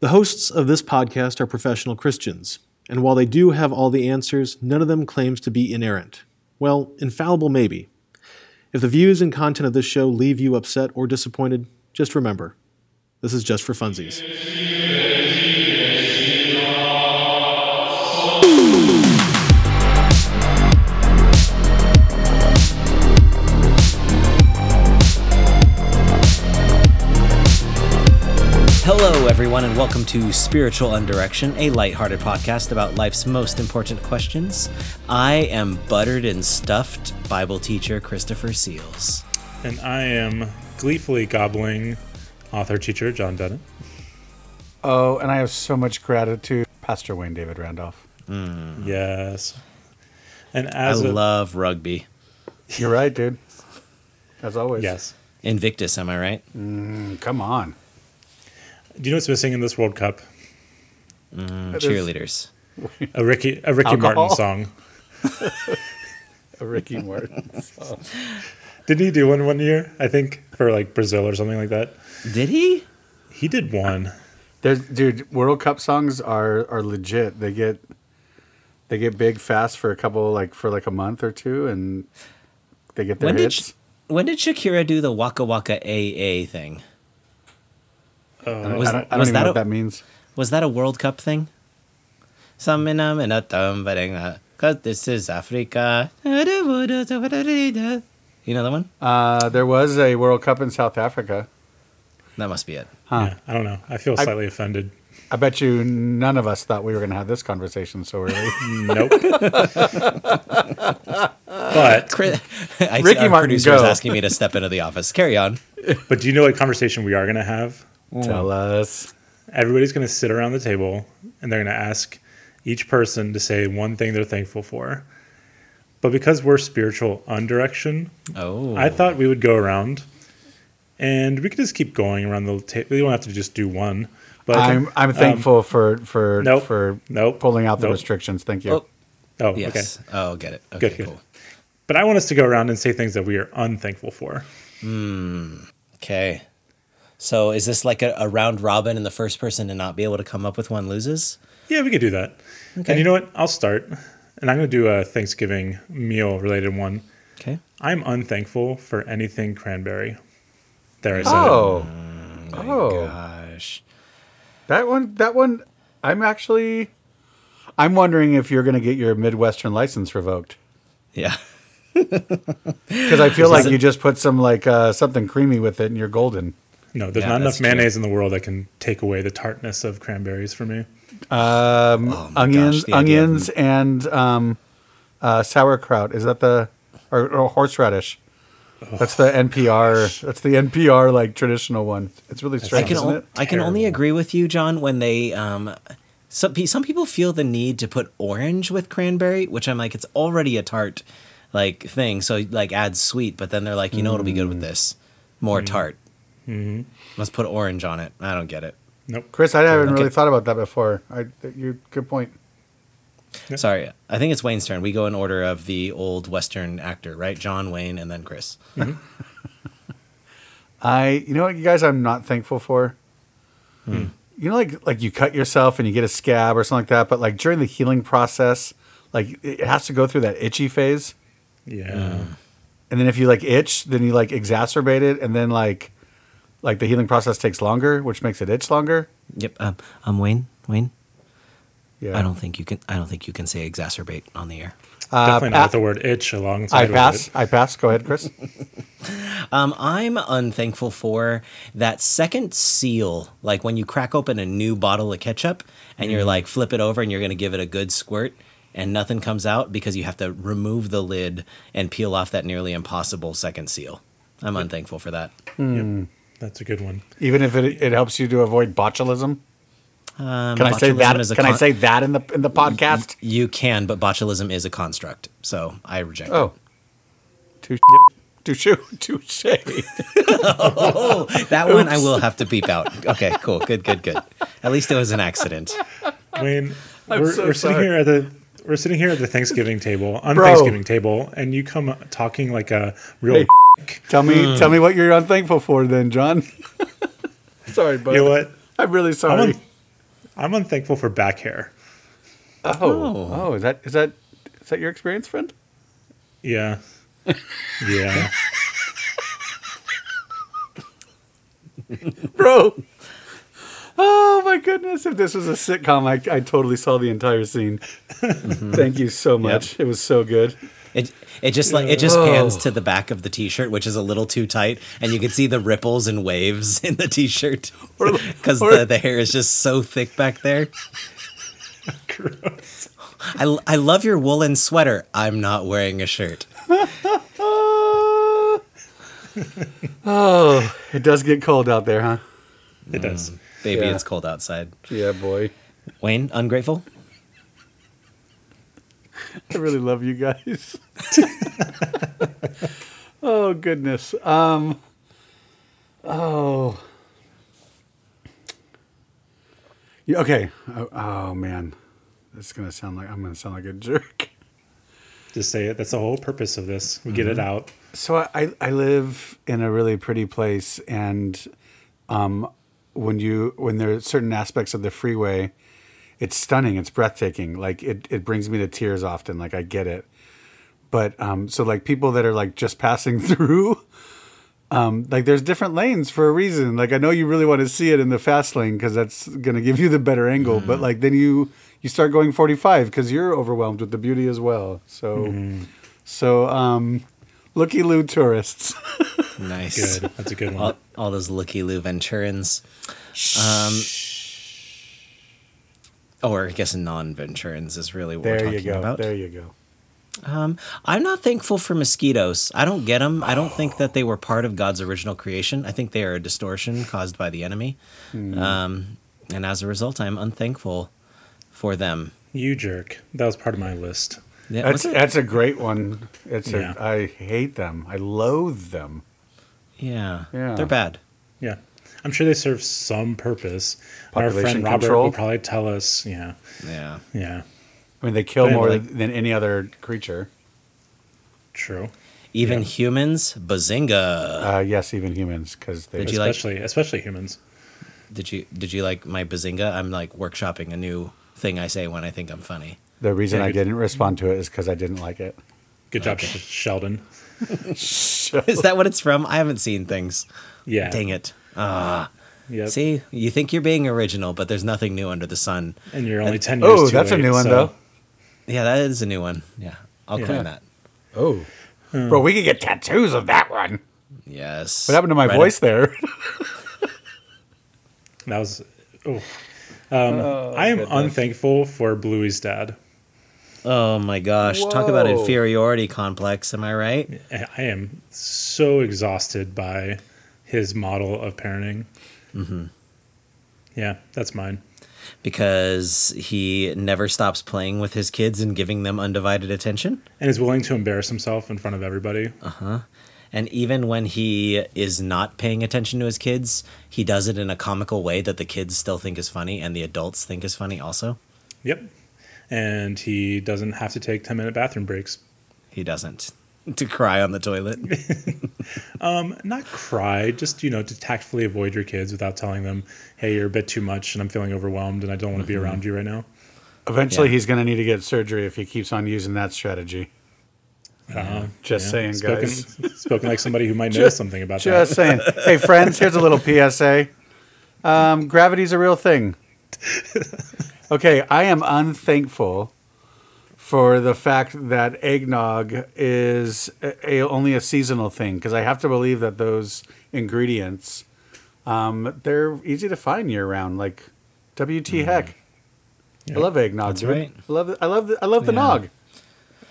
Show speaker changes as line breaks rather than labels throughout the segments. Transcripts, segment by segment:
The hosts of this podcast are professional Christians, and while they do have all the answers, none of them claims to be inerrant. Well, infallible maybe. If the views and content of this show leave you upset or disappointed, just remember this is just for funsies.
Hello, everyone, and welcome to Spiritual Undirection, a lighthearted podcast about life's most important questions. I am buttered and stuffed Bible teacher Christopher Seals.
And I am gleefully gobbling author teacher John Bennett.
Oh, and I have so much gratitude, Pastor Wayne David Randolph.
Yes. And
I
as a
love rugby.
You're right, dude. As always. Mm,
yes.
Invictus, am I right?
Come on.
Do you know what's missing in this World Cup?
Mm, Cheerleaders.
A Ricky a Ricky
Alcohol.
Martin song.
A Ricky Martin. song.
Didn't he do one one year? I think for like Brazil or something like that.
Did he?
He did one.
There's, dude, World Cup songs are are legit. They get they get big fast for a couple like for like a month or two, and they get their
When did,
hits.
Sh- when did Shakira do the Waka Waka AA thing?
I
was-
don't, I don't
was that
even know
a-
what that means.
Was that a World Cup thing? Something um and a thumb, but hang on, 'cause this is Africa. You know that one?
Uh, there was a World Cup in South Africa.
That must be it.
Yeah, I don't know. I feel slightly offended.
I bet you none of us thought we were going to have this conversation so early.
Nope. but
Chris, I
Ricky
our
Martin,
producer is
go.
asking me to step into the office. Carry on.
but do you know what conversation we are gonna have?
Mm.
Tell us.
Everybody's gonna sit around the table and they're gonna ask each person to say one thing they're thankful for. But because we're spiritual undirection,
Oh,
I thought we would go around, and we could just keep going around the table. We don't have to just do one. But
I'm I'm thankful for for
Um, nope.
for
Nope.
pulling out the
Nope.
restrstrictions. Thank you.
Oh,
oh,
yes.
okay.
Oh, get it. Okay,
Good, good.
cool.
But I want us to go around and say things that we are unthankful for.
Okay. So is this like a, a round robin, and the first person to not be able to come up with one loses?
Yeah, we could do that.
Okay.
And you know what? I'll start, and I'm going to do a Thanksgiving meal related one.
Okay.
I'm unthankful for anything cranberry. There I said it.
Oh, oh,
Gosh.
that one that one. I'm actually. I'm wondering if you're going to get your Midwestern license revoked
Yeah.
because I feel like you just put some like uh, something creamy with it and you're golden.
No, there's
Yeah,
not
that's
enough
true.
mayonnaise in the world that can take away the tartness of cranberries for me.
Um,
Oh my
onions,
gosh, the idea of-
onions, and um, uh, sauerkraut. Is that the or, or horseradish?
Oh.
That's the NPR. That's the NPR like traditional one. It's really
I
strange,
can
isn't
on-
it?
I can only
Terrible.
agree with you, John, when they um some pe- some people feel the need to put orange with cranberry, which I'm like it's already a tart like thing, so like add sweet, but then they're like, you know, it'll be good with
Mm.
this more
Mm-hmm.
tart. Let's put orange on it. I don't get it.
Nope.
Chris, I haven't
Okay.
really thought about that before. I, you, good point.
Sorry, I think it's Wayne's turn. We go in order of the old Western actor, right? John Wayne and then Chris.
Mm-hmm. I, you know what, you guys, I'm not thankful for.
Hmm.
You know, like like you cut yourself and you get a scab or something like that, but like during the healing process, like it has to go through that itchy phase,
Yeah.
and then if you like itch, then you like exacerbate it, and then like like the healing process takes longer, which makes it itch longer.
Yep. Um, I'm Wayne. Wayne.
Yeah,
I don't think you can. I don't think you can say exacerbate on the air.
Definitely not
pa-
with the word itch alongside
I
with
pass.
it.
I pass. Go ahead, Chris.
Um, I'm unthankful for that second seal. Like when you crack open a new bottle of ketchup and you're like, flip it over and you're going to give it a good squirt and nothing comes out because you have to remove the lid and peel off that nearly impossible second seal. I'm unthankful for that.
That's a good one.
Even if it, it helps you to avoid botulism,
Um,
can I say
botulism
that?
is a
Can I
con-
say that in the in the podcast?
You can, but botulism is a construct. So I reject
Oh. Touche. Touche. Touche.
it. That one I will have to beep out. Okay, cool. Good, good, good. At least it was an accident.
Wayne, we're,
so
we're sitting
sorry.
here at the we're sitting here at the Thanksgiving table on
Bro.
Thanksgiving table, and you come talking like a real.
Hey. Tell me, tell me what you're unthankful for, then, John. sorry, bud.
You know what?
I'm really
I'm,
sorry.
un- I'm unthankful for back hair.
Oh, oh, is that is that is that your experience, friend?
Yeah. yeah.
Bro. Oh my goodness! If this was a sitcom, I, I totally saw the entire scene. Thank you so much. It was so good.
It it just like it just
Oh.
pans to the back of the t-shirt, which is a little too tight, and you can see the ripples and waves in the t-shirt because
or-
the, the hair is just so thick back there.
Gross.
I, I love your woolen sweater. I'm not wearing a shirt.
Ah. oh, it does get cold out there, huh?
It does.
Baby,
Yeah.
it's cold outside.
Yeah, boy.
Wayne, ungrateful.
I really love you guys. oh goodness. Um Oh. Yeah, okay. Oh, oh man. This is going to sound like I'm going to sound like a jerk.
Just say it. That's the whole purpose of this. We get it out.
So I- I I live in a really pretty place and um when you when there are certain aspects of the freeway it's stunning, it's breathtaking. Like it it brings me to tears often, like I get it. but um, so like people that are like just passing through um, like there's different lanes for a reason like i know you really want to see it in the fast lane because that's going to give you the better angle but like then you you start going 45 because you're overwhelmed with the beauty as well so so um looky loo tourists
Nice.
Good. That's a good one.
All, all those looky loo Venturans. Um, or I guess non Venturans is really what we're
there you
talking
go
about.
there you go
Um, I'm not thankful for mosquitoes. I don't get them. I don't think that they were part of God's original creation. I think they are a distortion caused by the enemy. Um, and as a result, I'm unthankful for them.
you jerk. That was part of my list.
Yeah,
that's
was it-
that's a great one it's
Yeah.
a, i hate them i loathe them
yeah.
Yeah.
They're bad.
Yeah. I'm sure they serve some purpose. Our
Population
friend Robert
control.
will probably tell us. Yeah.
Yeah.
Yeah.
i mean they kill
But
more
like-
than any other creature
True.
Even
Yeah.
humans, bazinga.
uh, yes even humans because they
Did you like-
especially especially humans.
Did you did you like my bazinga? I'm like workshopping a new thing I say when I think I'm funny.
The reason
Yeah,
I
good-
didn't respond to it is because I didn't like it.
Good job, Sh- Sheldon.
Is that what it's from? I haven't seen things.
Yeah.
Dang it.
Yep.
See, you think you're being original, but there's nothing new under the sun.
And you're only ten years.
Oh,
too
that's a
late,
new one
so-
though.
Yeah, that is a new one. Yeah. I'll
Yeah.
claim that.
Oh, bro, we could get tattoos of that one.
Yes.
What happened to my
Right
voice there?
That was. Oh. Um, I am unthankful for Bluey's dad.
up- Oh my gosh. Talk about
Whoa.
inferiority complex, am I right?
I I am so exhausted by his model of parenting.
Mm-hmm.
Yeah, that's mine.
Because he never stops playing with his kids and giving them undivided attention.
And is willing to embarrass himself in front of everybody.
And even when he is not paying attention to his kids, he does it in a comical way that the kids still think is funny and the adults think is funny also.
Yep. And he doesn't have to take 10 minute bathroom breaks.
He doesn't. To cry on the toilet.
Not cry, just, you know, to tactfully avoid your kids without telling them, hey, you're a bit too much and I'm feeling overwhelmed and I don't want to be
Mm-hmm.
around you right now.
Eventually,
Yeah.
he's going to need to get surgery if he keeps on using that strategy.
Uh,
Uh-huh. Just saying,
spoken,
guys.
Spoken like somebody who might know
Just-
something about that.
Just saying. Hey, friends, here's a little PSA. Um, gravity's a real thing. Okay, I am unthankful for the fact that eggnog is a, a- only a seasonal thing because I have to believe that those ingredients um, they're easy to find year round. Like, WT heck, I love eggnog.
Mm-hmm. That's
dude.
right.
I love it- I love the, I love the
Yeah.
nog.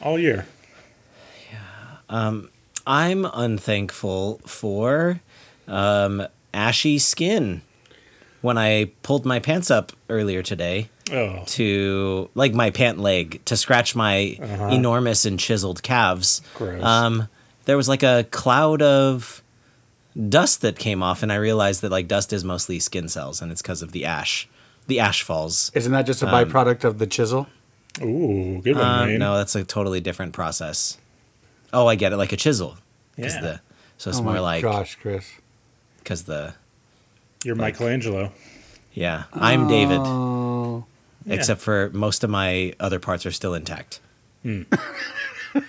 All year.
I'm unthankful for um, ashy skin. When I pulled my pants up earlier today
Oh,
to, like my pant leg, to scratch my
Uh-huh.
enormous and chiseled calves,
Gross.
Um, there was like a cloud of dust that came off, and I realized that like dust is mostly skin cells, and it's because of the ash, the ash falls.
Isn't that just a byproduct of the chisel?
ooh, good one,
Um,
Wayne.
no, that's a totally different process. Oh, I get it, like a chisel. 'Cause
Yeah.
the- so it's
Oh
more
my
like
gosh, Chris.
because the
You're Michelangelo.
Yeah, I'm David.
Oh.
Yeah.
except for most of my other parts are still intact.
in your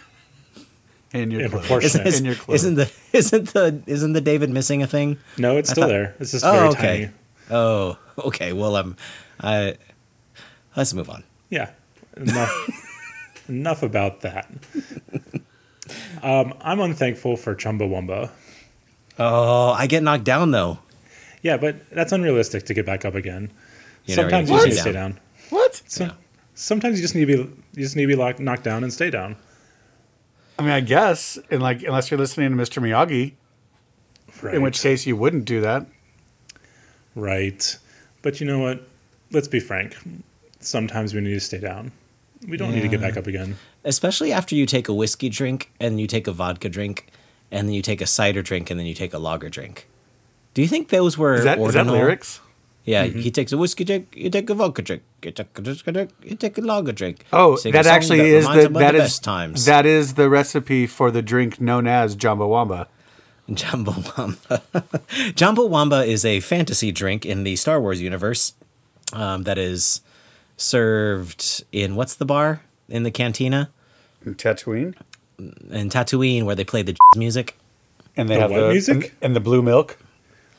In
clothes.
proportion.
In
Isn't-
your clothes.
Isn't the isn't the isn't the David missing a thing?
No, it's still there. It's just
Oh,
very
okay.
tiny.
Oh, okay. Well, um, I let's move on.
Yeah. Enough, enough about that. Um, I'm unthankful for Chumbawamba.
Oh, I get knocked down though.
Yeah, but that's unrealistic to get back up again.
You're never
sometimes you
gonna
just
get
need to stay down.
what?
So,
Yeah.
Sometimes you just need to be you just need to be locked, knocked down and stay down.
I mean, I guess, and like, unless you're listening to Mr. Miyagi,
Right.
in which case you wouldn't do that.
right. But you know what? Let's be frank. Sometimes we need to stay down. We don't need to get back up again.
especially after you take a whiskey drink and you take a vodka drink and then you take a cider drink and then you take a lager drink. Do you think those were
Is that, is that
ordinal?
lyrics?
Yeah,
Mm-hmm.
he takes a whiskey drink, you take a vodka drink, you take a, whiskey drink, you take a lager drink.
Oh,
Sing a
that
song
actually is
reminds
the,
him of
that
the
is
best times.
that is the recipe for the drink known as Jambawamba.
Jumbo Wamba. Jumbo Wamba is a fantasy drink in the Star Wars universe um, that is served in what's the bar in the cantina
Tatooine,
in Tatooine where they play the music.
and they have
what
the
music?
and, and the blue milk.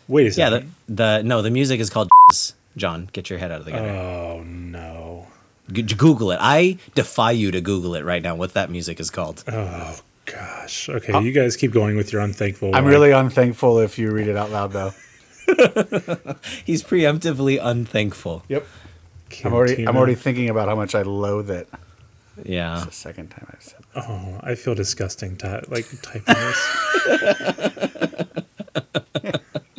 Wait a
Yeah,
second.
the, the no, the music is called John. Get your head out of the gutter.
oh no.
G- Google it. I defy you to Google it right now. What that music is called?
Uh-huh.
Oh gosh. Okay, you guys keep going with your unthankful.
I'm
one.
really unthankful if you read it out loud, though.
He's preemptively unthankful.
Yep. I'm already I'm
Cantina.
already thinking about how much I loathe it.
Yeah.
The second time I've said that.
Oh, I feel disgusting. Ty- like typing this.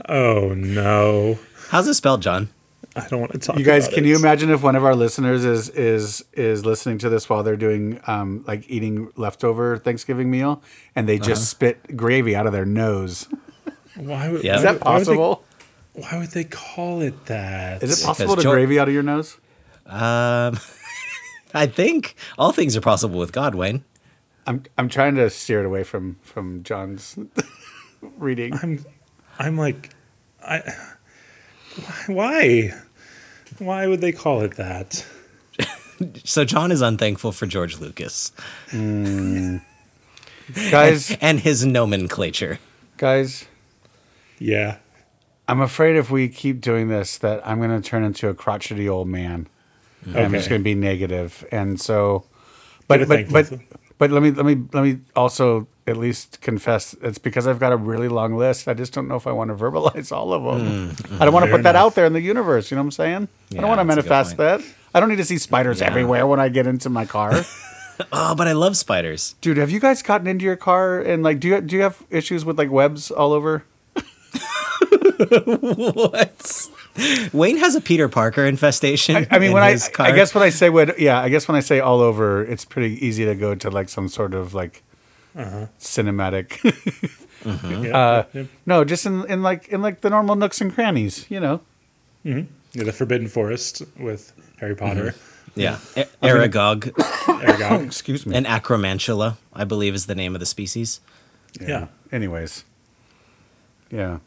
oh no!
How's it spelled, John?
I don't want to talk.
You guys,
about
can
it.
you imagine if one of our listeners is is is listening to this while they're doing um, like eating leftover Thanksgiving meal and they just spit gravy out of their nose?
Why would,
Yeah.
Is
why
that
would- why would they-
possible?
Why would, they, call it that?
Is it possible to
Joy-
gravy out of your nose?
Um, I think all things are possible with God, Wayne.
I'm I'm trying to steer it away from from John's reading.
I'm, I'm like, I. Why? Why would they call it that?
So John is unthankful for George Lucas
guys,
and his nomenclature.
guys,
Yeah.
I'm afraid if we keep doing this that I'm going to turn into a crotchety old man. And I'm
Okay.
just going to be negative. And so but
You're
but but
thankful.
but let me let me let me also at least confess it's because I've got a really long list. I just don't know if I want to verbalize all of them. I don't want to
Fair
put that
enough.
out there in the universe, you know what I'm saying? I
Hmm. Yeah,
don't want to
that's a good
manifest
point.
that. I don't need to see spiders everywhere when I get into my car.
Oh, but I love spiders.
Dude, have you guys gotten into your car and like do you do you have issues with like webs all over?
What? Wayne has a Peter Parker infestation.
I mean,
in
when I
his
I
car.
guess when I say what yeah, I guess when I say all over, it's pretty easy to go to like some sort of like cinematic.
Yeah, yeah.
no, just in in like in like the normal nooks and crannies, you know.
Yeah, the Forbidden Forest with Harry Potter,
yeah, A- Aragog
Aragog.
Excuse me.
and Acromantula, I believe, is the name of the species.
yeah.
Anyways, yeah.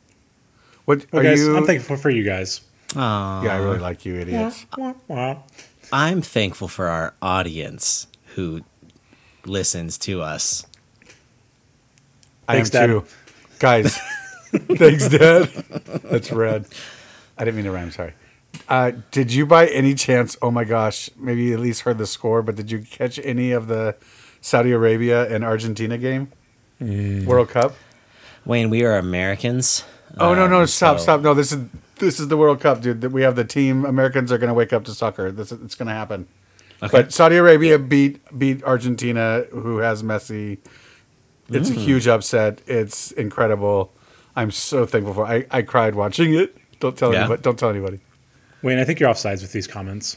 What
Well,
are
guys,
you?
I'm thankful for you guys.
yeah, I really like you, idiots.
Wah, wah.
I'm thankful for our audience who listens to us.
I
Thanks,
am
Dad.
too, guys. thanks, Dad. That's red. I didn't mean to rhyme. Sorry. Uh, did you by any chance? Oh my gosh, maybe you at least heard the score, but did you catch any of the Saudi Arabia and Argentina game? World Cup?
Wayne, we are Americans.
Oh no, no,
Um,
stop,
so-
stop. No, this is this is the World Cup, dude. That we have the team. Americans are going to wake up to soccer. This it's going to happen. But Saudi Arabia beat beat Argentina, who has Messi. It's
Hmm.
a huge upset. It's incredible. I'm so thankful for. I I cried watching it. Don't tell
Yeah.
anybody. Don't tell anybody.
Wayne, I think you're offsides with these comments.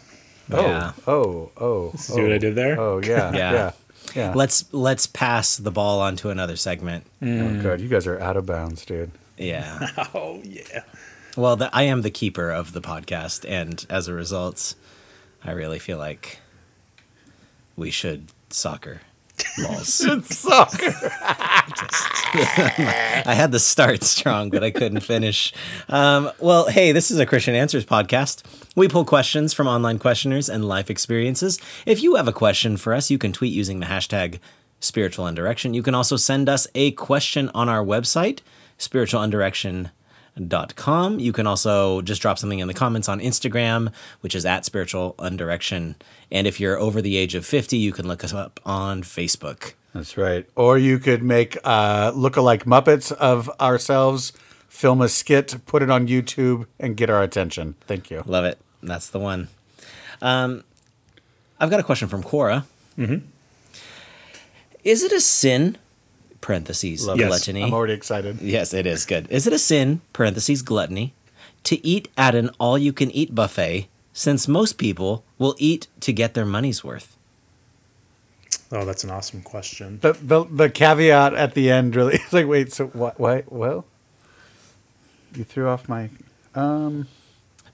Yeah.
Oh, oh, oh.
See what I did there?
Oh yeah,
Yeah.
yeah, yeah.
Let's let's pass the ball on to another segment. Hmm.
Oh god, you guys are out of bounds, dude.
Yeah.
Oh yeah.
Well, the, I am the keeper of the podcast, and as a result, I really feel like we should soccer. Lols.
It's soccer.
I had the start strong, but I couldn't finish. Um, well, hey, this is a Christian Answers podcast. We pull questions from online questioners and life experiences. If you have a question for us, you can tweet using the hashtag spiritual indirection. You can also send us a question on our website, spiritualindirection.com. You can also just drop something in the comments on Instagram, which is at spiritual undirection. And if you're over the age of 50, you can look us up on Facebook.
That's right. Or you could make uh, look-alike Muppets of ourselves, film a skit, put it on YouTube, and get our attention. Thank you.
Love it. That's the one. Um, I've got a question from Cora.
Mm-hmm.
Is it a sin? Parentheses
it.
gluttony.
I'm already excited.
yes, it is good. Is it a sin? Parentheses gluttony to eat at an all-you-can-eat buffet, since most people will eat to get their money's worth.
Oh, that's an awesome question.
The, the the caveat at the end really is like, wait, so what? Why? Well, you threw off my.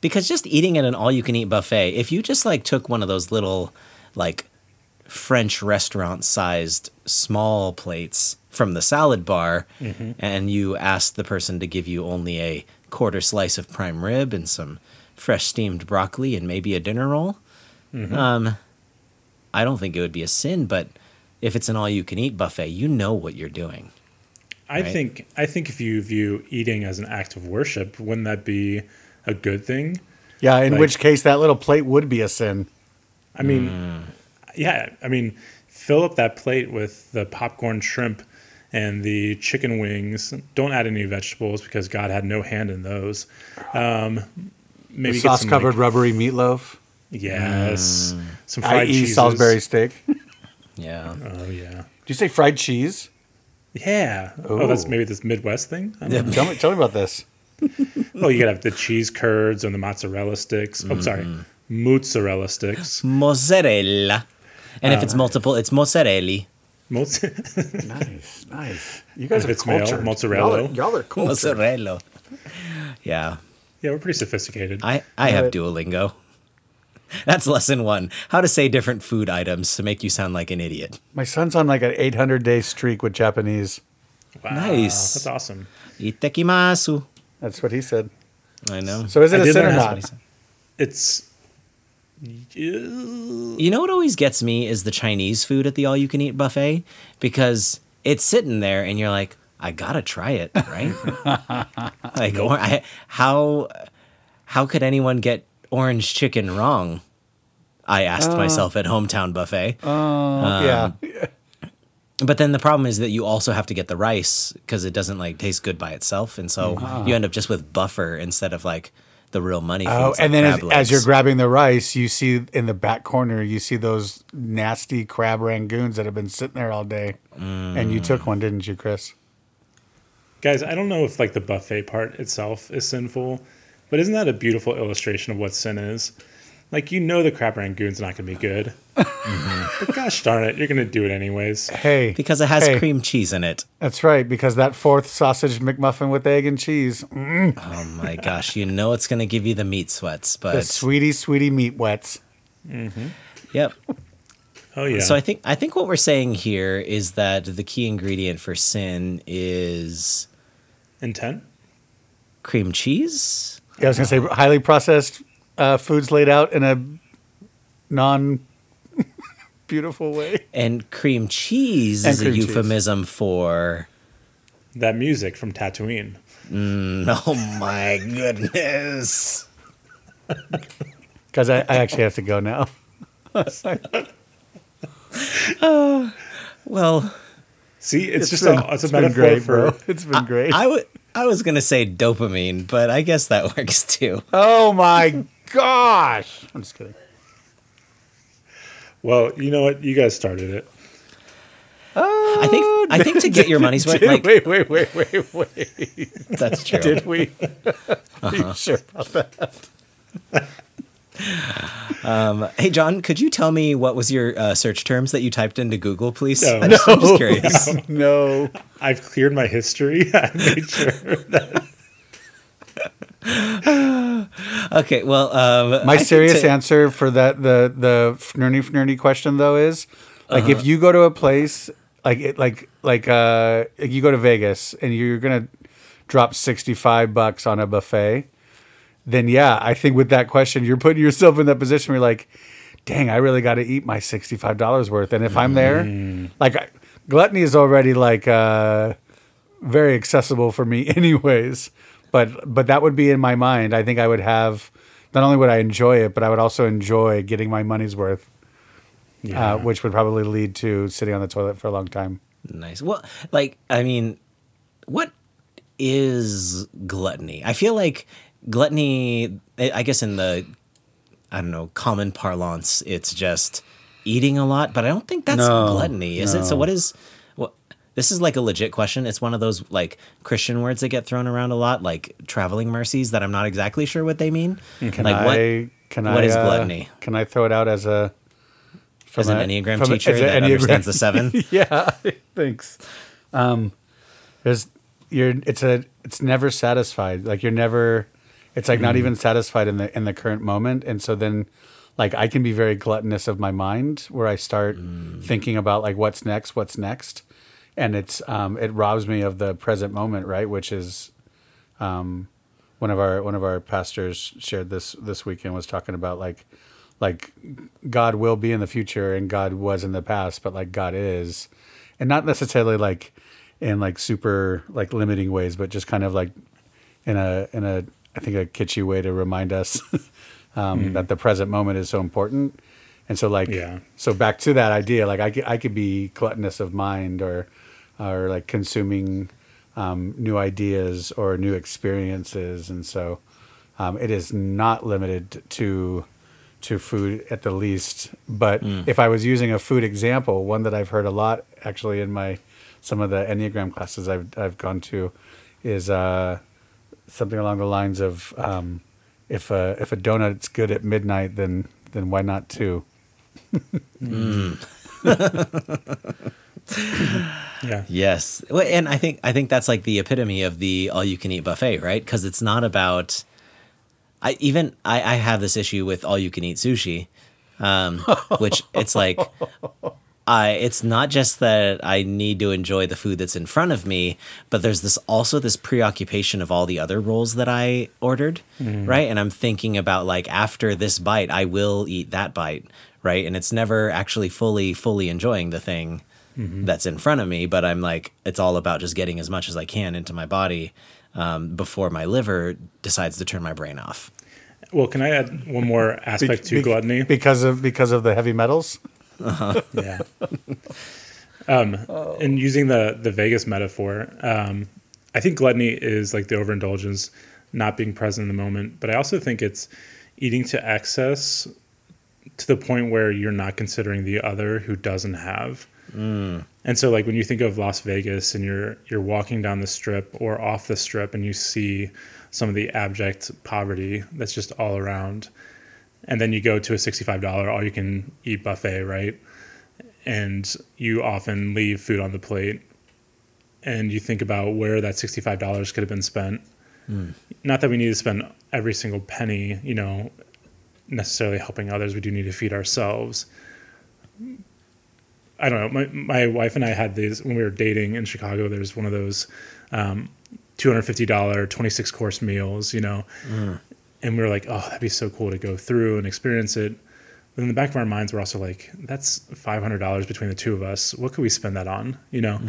Because just eating at an all-you-can-eat buffet, if you just like took one of those little, like, French restaurant-sized small plates from the salad bar, and you asked the person to give you only a quarter slice of prime rib and some fresh steamed broccoli and maybe a dinner roll, um, I don't think it would be a sin. But if it's an all-you-can-eat buffet, you know what you're doing.
I
right?
think I think if you view eating as an act of worship, wouldn't that be a good thing?
Yeah, in
Like-
which case that little plate would be a sin.
I mean,
Mm.
yeah, I mean, fill up that plate with the popcorn shrimp and the chicken wings. Don't add any vegetables because God had no hand in those. Um,
The
maybe get some,
sauce-covered
like,
rubbery meatloaf,
yes,
Mm.
some fried
i.e.,
cheese,
E Salisbury steak. Do
Yeah.
Oh yeah,
you say fried cheese?
yeah. Oh, that's
Ooh.
maybe this Midwest thing. I don't know.
tell me, tell me about this.
Oh, you could have the cheese curds and the mozzarella sticks. Oh,
Mm-hmm.
sorry, mozzarella sticks.
Mozzarella. And if it's multiple, it's mozzarella.
Mozz-
Nice, nice. You guys
If
are
it's male,
cultured.
mozzarella.
Y'all are, y'all are cultured.
Mozzarella. Yeah.
yeah, we're pretty sophisticated.
I, I have Duolingo. That's lesson one how to say different food items to make you sound like an idiot.
My son's on like an 800 day streak with Japanese.
Wow,
Nice.
That's awesome.
Itekimasu.
That's what he said.
I know.
So is it
I
a
did
sin or
learn
That's what he
not?
said.
It's
You know what always gets me is the Chinese food at the all you can eat buffet because it's sitting there and you're like, I gotta try it, right? like, or, I, how how could anyone get orange chicken wrong? I asked myself at hometown buffet.
yeah.
Um, But then the problem is that you also have to get the rice because it doesn't like taste good by itself, and so you end up just with buffer instead of like the real money.
Oh,
foods, like
and then as,
crab
as you're
legs.
grabbing the rice, you see in the back corner, you see those nasty crab rangoons that have been sitting there all day. And you took one, didn't you, Chris?
guys. I don't know if like the buffet part itself is sinful, but isn't that a beautiful illustration of what sin is? Like you know the crap rangoon's not gonna be good,
Mm-hmm.
but gosh darn it, you're gonna do it anyways.
Hey,
because it has
hey,
cream cheese in it.
That's right, because that fourth sausage McMuffin with egg and cheese, mm,
Oh my gosh, you know it's gonna give you the meat sweats,
the
but
sweetie, sweetie meat wets.
yep.
Oh yeah.
So I think I think what we're saying here is that the key ingredient for sin is
Intent.
cream cheese.
Yeah, I was gonna say highly processed uh, foods laid out in a non beautiful way.
And cream cheese
And
is
cream
a
cheese.
euphemism for
That music from Tatooine.
Oh my goodness.
Because I, I actually have to go now.
Well,
See, it's, just
been-
a it's a
been
metaphor
great,
for
bro. It's been great.
I wa- I was gonna say dopamine, but I guess that works too.
oh my gosh! I'm just kidding.
well, you know what? You guys started it.
I
Oh,
think I think to get your money's worth, like
wait, wait, wait, wait, wait.
that's true.
Did we? Are you sure about that?
Hey John, could you tell me what was your uh, search terms that you typed into Google, please?
No.
I'm, just, I'm just curious.
No.
I've cleared my history. I made sure.
Okay, well, um,
My
I think
serious
to-
answer for that the the fnurny fnurny question though is Like if you go to a place like it, like like uh, like you go to Vegas and you're gonna drop sixty five bucks on a buffet, then yeah, I think with that question you're putting yourself in that position where you're like, dang, I really got to eat my sixty five dollars worth, and if I'm there, like I, gluttony is already like uh, very accessible for me anyways. But but that would be in my mind. I think I would have not only would I enjoy it, but I would also enjoy getting my money's worth
Yeah.
uh, which would probably lead to sitting on the toilet for a long time.
Nice. Well, like I mean, what is gluttony? I feel like gluttony. I I guess in the I don't know common parlance, it's just eating a lot. But I don't think that's
No,
gluttony, is it? So what is? What this is like a legit question. It's one of those like Christian words that get thrown around a lot, like traveling mercies, that I'm not exactly sure what they mean.
Mm, Can
like
I?
what?
can
what
I?
is
uh,
gluttony?
can I throw it out as a from
As an
a-
enneagram
from a-
teacher
as an
that
Enneagram-
understands the seven.
yeah, thanks. Um, there's you're. It's a. It's never satisfied. Like you're never. It's like not even satisfied in the in the current moment, and so then, like I can be very gluttonous of my mind, where I start thinking about like what's next, what's next, and it's um it robs me of the present moment, right? Which is, um, one of our one of our pastors shared this this weekend was talking about like like God will be in the future and God was in the past, but like God is, and not necessarily like in like super like limiting ways, but just kind of like in a in a I think a kitschy way to remind us um, that the present moment is so important. And so like
Yeah.
so back to that idea, like I could, I could be gluttonous of mind or or like consuming um, new ideas or new experiences, and so um, it is not limited to to food at the least. But if I was using a food example, one that I've heard a lot actually in my some of the enneagram classes I've I've gone to is uh, something along the lines of um, if a if a donut's good at midnight, then then why not two?
Yeah.
Yes. Well, and I think I think that's like the epitome of the all you can eat buffet, right? Because it's not about. I even I, I have this issue with all you can eat sushi, um, which it's like I it's not just that I need to enjoy the food that's in front of me, but there's this also this preoccupation of all the other rolls that I ordered, right? And I'm thinking about like after this bite, I will eat that bite, right? And it's never actually fully fully enjoying the thing that's in front of me, but I'm like it's all about just getting as much as I can into my body um, before my liver decides to turn my brain off.
Well, can I add one more aspect to
Be-
gluttony?
because of because of the heavy metals.
yeah. Um, and using the the Vegas metaphor, um, I think gluttony is like the overindulgence, not being present in the moment. But I also think it's eating to excess to the point where you're not considering the other who doesn't have. And so, like when you think of Las Vegas and you're you're walking down the strip or off the strip and you see some of the abject poverty that's just all around, and then you go to a sixty-five dollar all-you-can-eat buffet, right? and you often leave food on the plate and you think about where that $65 could have been spent. Not that we need to spend every single penny, you know, necessarily helping others. We do need to feed ourselves. I don't know. My, my wife and I had these when we were dating in Chicago. There's one of those um, $250, 26 course meals, you know. And we were like, oh, that'd be so cool to go through and experience it. But in the back of our minds, we're also like, that's $500 between the two of us. What could we spend that on? You know,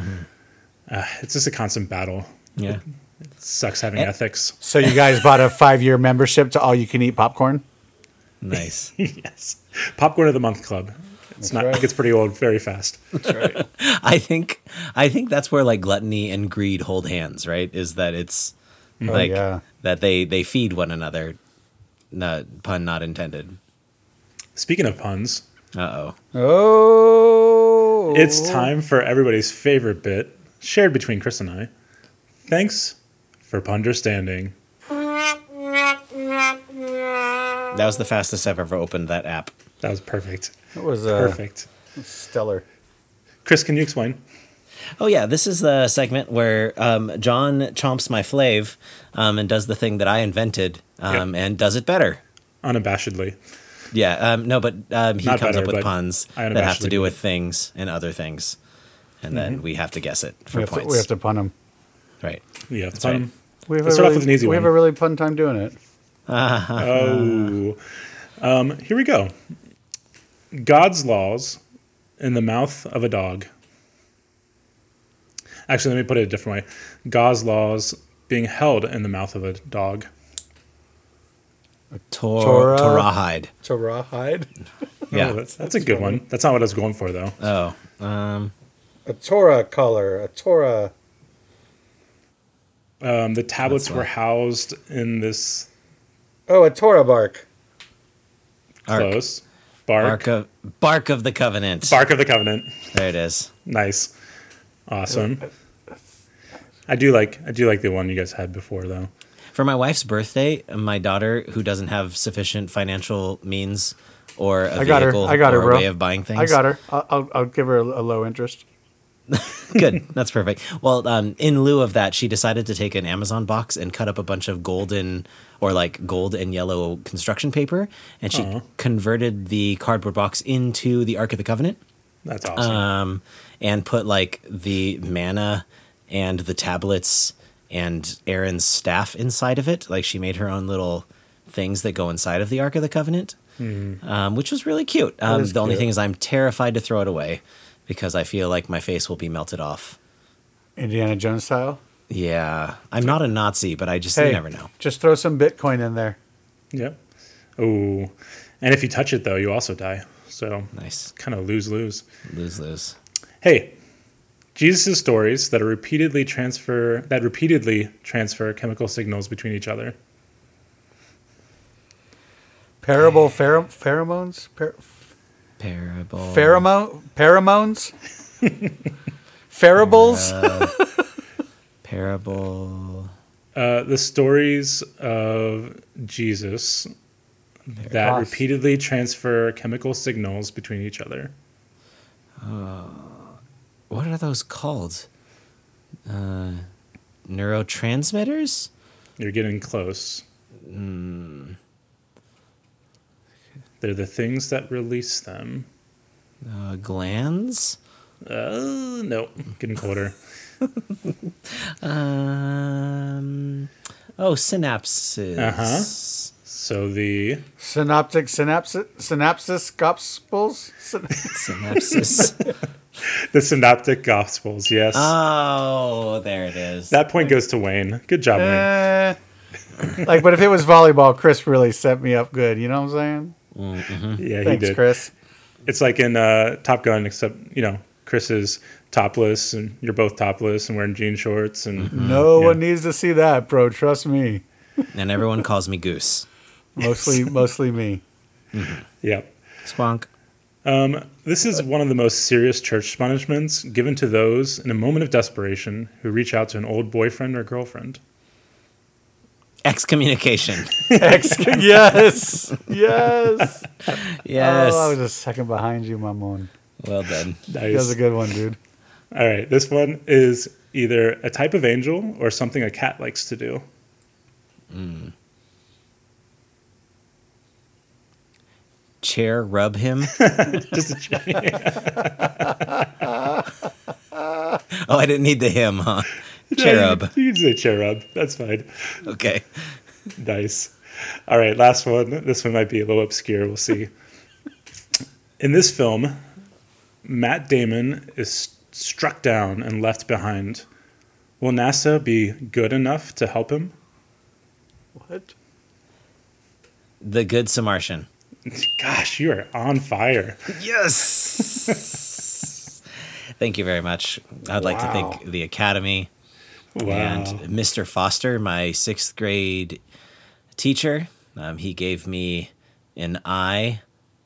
uh, it's just a constant battle.
Yeah.
It sucks having
And-
ethics.
So you guys bought a five year membership to all you can eat popcorn.
Nice.
yes. Popcorn of the Month Club. It's not, it gets pretty old very fast.
I think I think that's where like gluttony and greed hold hands, right? Is that it's Mm-hmm. like
Oh, yeah.
that they they feed one another. No pun not intended.
Speaking of puns,
Uh oh.
Oh,
it's time for everybody's favorite bit, shared between Chris and I. Thanks for understanding.
That was the fastest I've ever opened that app.
That was perfect.
It was uh,
Perfect.
stellar.
Chris, can you explain?
Oh yeah, this is the segment where um, John chomps my flave um, and does the thing that I invented um, and does it better.
Unabashedly.
Yeah, um, no, but um, he
Not
comes
better,
up with
but
puns
I
that have to
unabashedly
do
do
with things and other things, and then we have to guess it for
Mm-hmm. We have, to,
points.
we have to pun them.
right?
Yeah, it's
right.
fun.
We have
Let's
a
start off
really-
with an easy
We
one.
have a really fun time doing it.
Oh. Um, here we go. God's laws in the mouth of a dog. Actually, let me put it a different way. God's laws being held in the mouth of a dog.
Tor-
Torah.
Torahide.
To rawhide?
Yeah.
Oh, that's, that's a good one. That's not what I was going for, though.
Oh, um,
A Torah collar, a Torah.
Um, the tablets
That's
were
fine.
housed in this
Oh, a Torah bark.
Ark.
close bark.
Bark of Bark of the Covenant.
Bark of the Covenant.
There it is.
Nice. Awesome. I do like I do like the one you guys had before though.
For my wife's birthday, my daughter, who doesn't have sufficient financial means or a
I got her.
vehicle
I got her,
or a
bro.
way of buying things,
I got her. I'll, I'll, I'll give her a, a low interest.
Good. That's perfect. Well, um, in lieu of that, she decided to take an Amazon box and cut up a bunch of golden or like gold and yellow construction paper, and she converted the cardboard box into the Ark of the Covenant,
That's awesome.
um, and put like the manna and the tablets and Aaron's staff inside of it. Like she made her own little things that go inside of the Ark of the Covenant, um, which was really cute. Um, the
Mm-hmm. is
only
cute.
thing is, I'm terrified to throw it away because I feel like my face will be melted off.
Indiana Jones style.
Yeah, I'm not a Nazi, but I just you never know.
Just throw some Bitcoin in there.
Yep. Ooh. And if you touch it though, you also die. So
Nice,
kind of lose lose.
lose lose.
Hey, Jesus' stories that are repeatedly transfer that repeatedly transfer chemical signals between each other.
Parable phero- pheromones? Par-
Oh.
Parable.
pheromone? Pheromones? Farables?
Parable.
Uh, the stories of Jesus that
Cross.
repeatedly transfer chemical signals between each other.
What are those called? Uh, neurotransmitters.
You're getting close. They're the things that release them.
Uh, glands.
Uh, no, getting colder.
Um. Oh, synapses.
Uh-huh. So the
Synoptic synapsis? Synapsis gospels? Syn-
Synapses.
the synoptic gospels, yes.
Ah.
oh, there it is.
that point goes to Wayne. Good job, Wayne.
Eh. like, but if it was volleyball, Chris really set me up good. You know what I'm saying?
Yeah, he
Thanks,
did.
Chris.
It's like in uh, Top Gun, except you know Chris is topless and you're both topless and wearing jean shorts and
No
Mm, Yeah.
one needs to see that, bro. Trust me.
and everyone calls me Goose.
Mostly, mostly me.
yeah.
Squonk.
This is one of the most serious church punishments given to those in a moment of desperation who reach out to an old boyfriend or girlfriend.
Excommunication.
Ex- yes, yes.
yes.
Oh, I was a second behind you, Mamon.
well done.
That was
Nice.
a good one, dude.
All right, this one is either a type of angel or something a cat likes to do.
Chair rub him.
Just a
Oh, I didn't need the him, huh? Cherub.
You can say cherub. That's fine.
Okay.
Nice. All right, last one. This one might be a little obscure. We'll see. In this film, Matt Damon is struck down and left behind. Will NASA be good enough to help him?
What?
The Good Samartian.
Gosh, you are on fire.
Yes. Thank you very much. I'd like to
Wow.
thank the Academy
Wow.
and Mr. Foster, my sixth grade teacher. Um, he gave me an I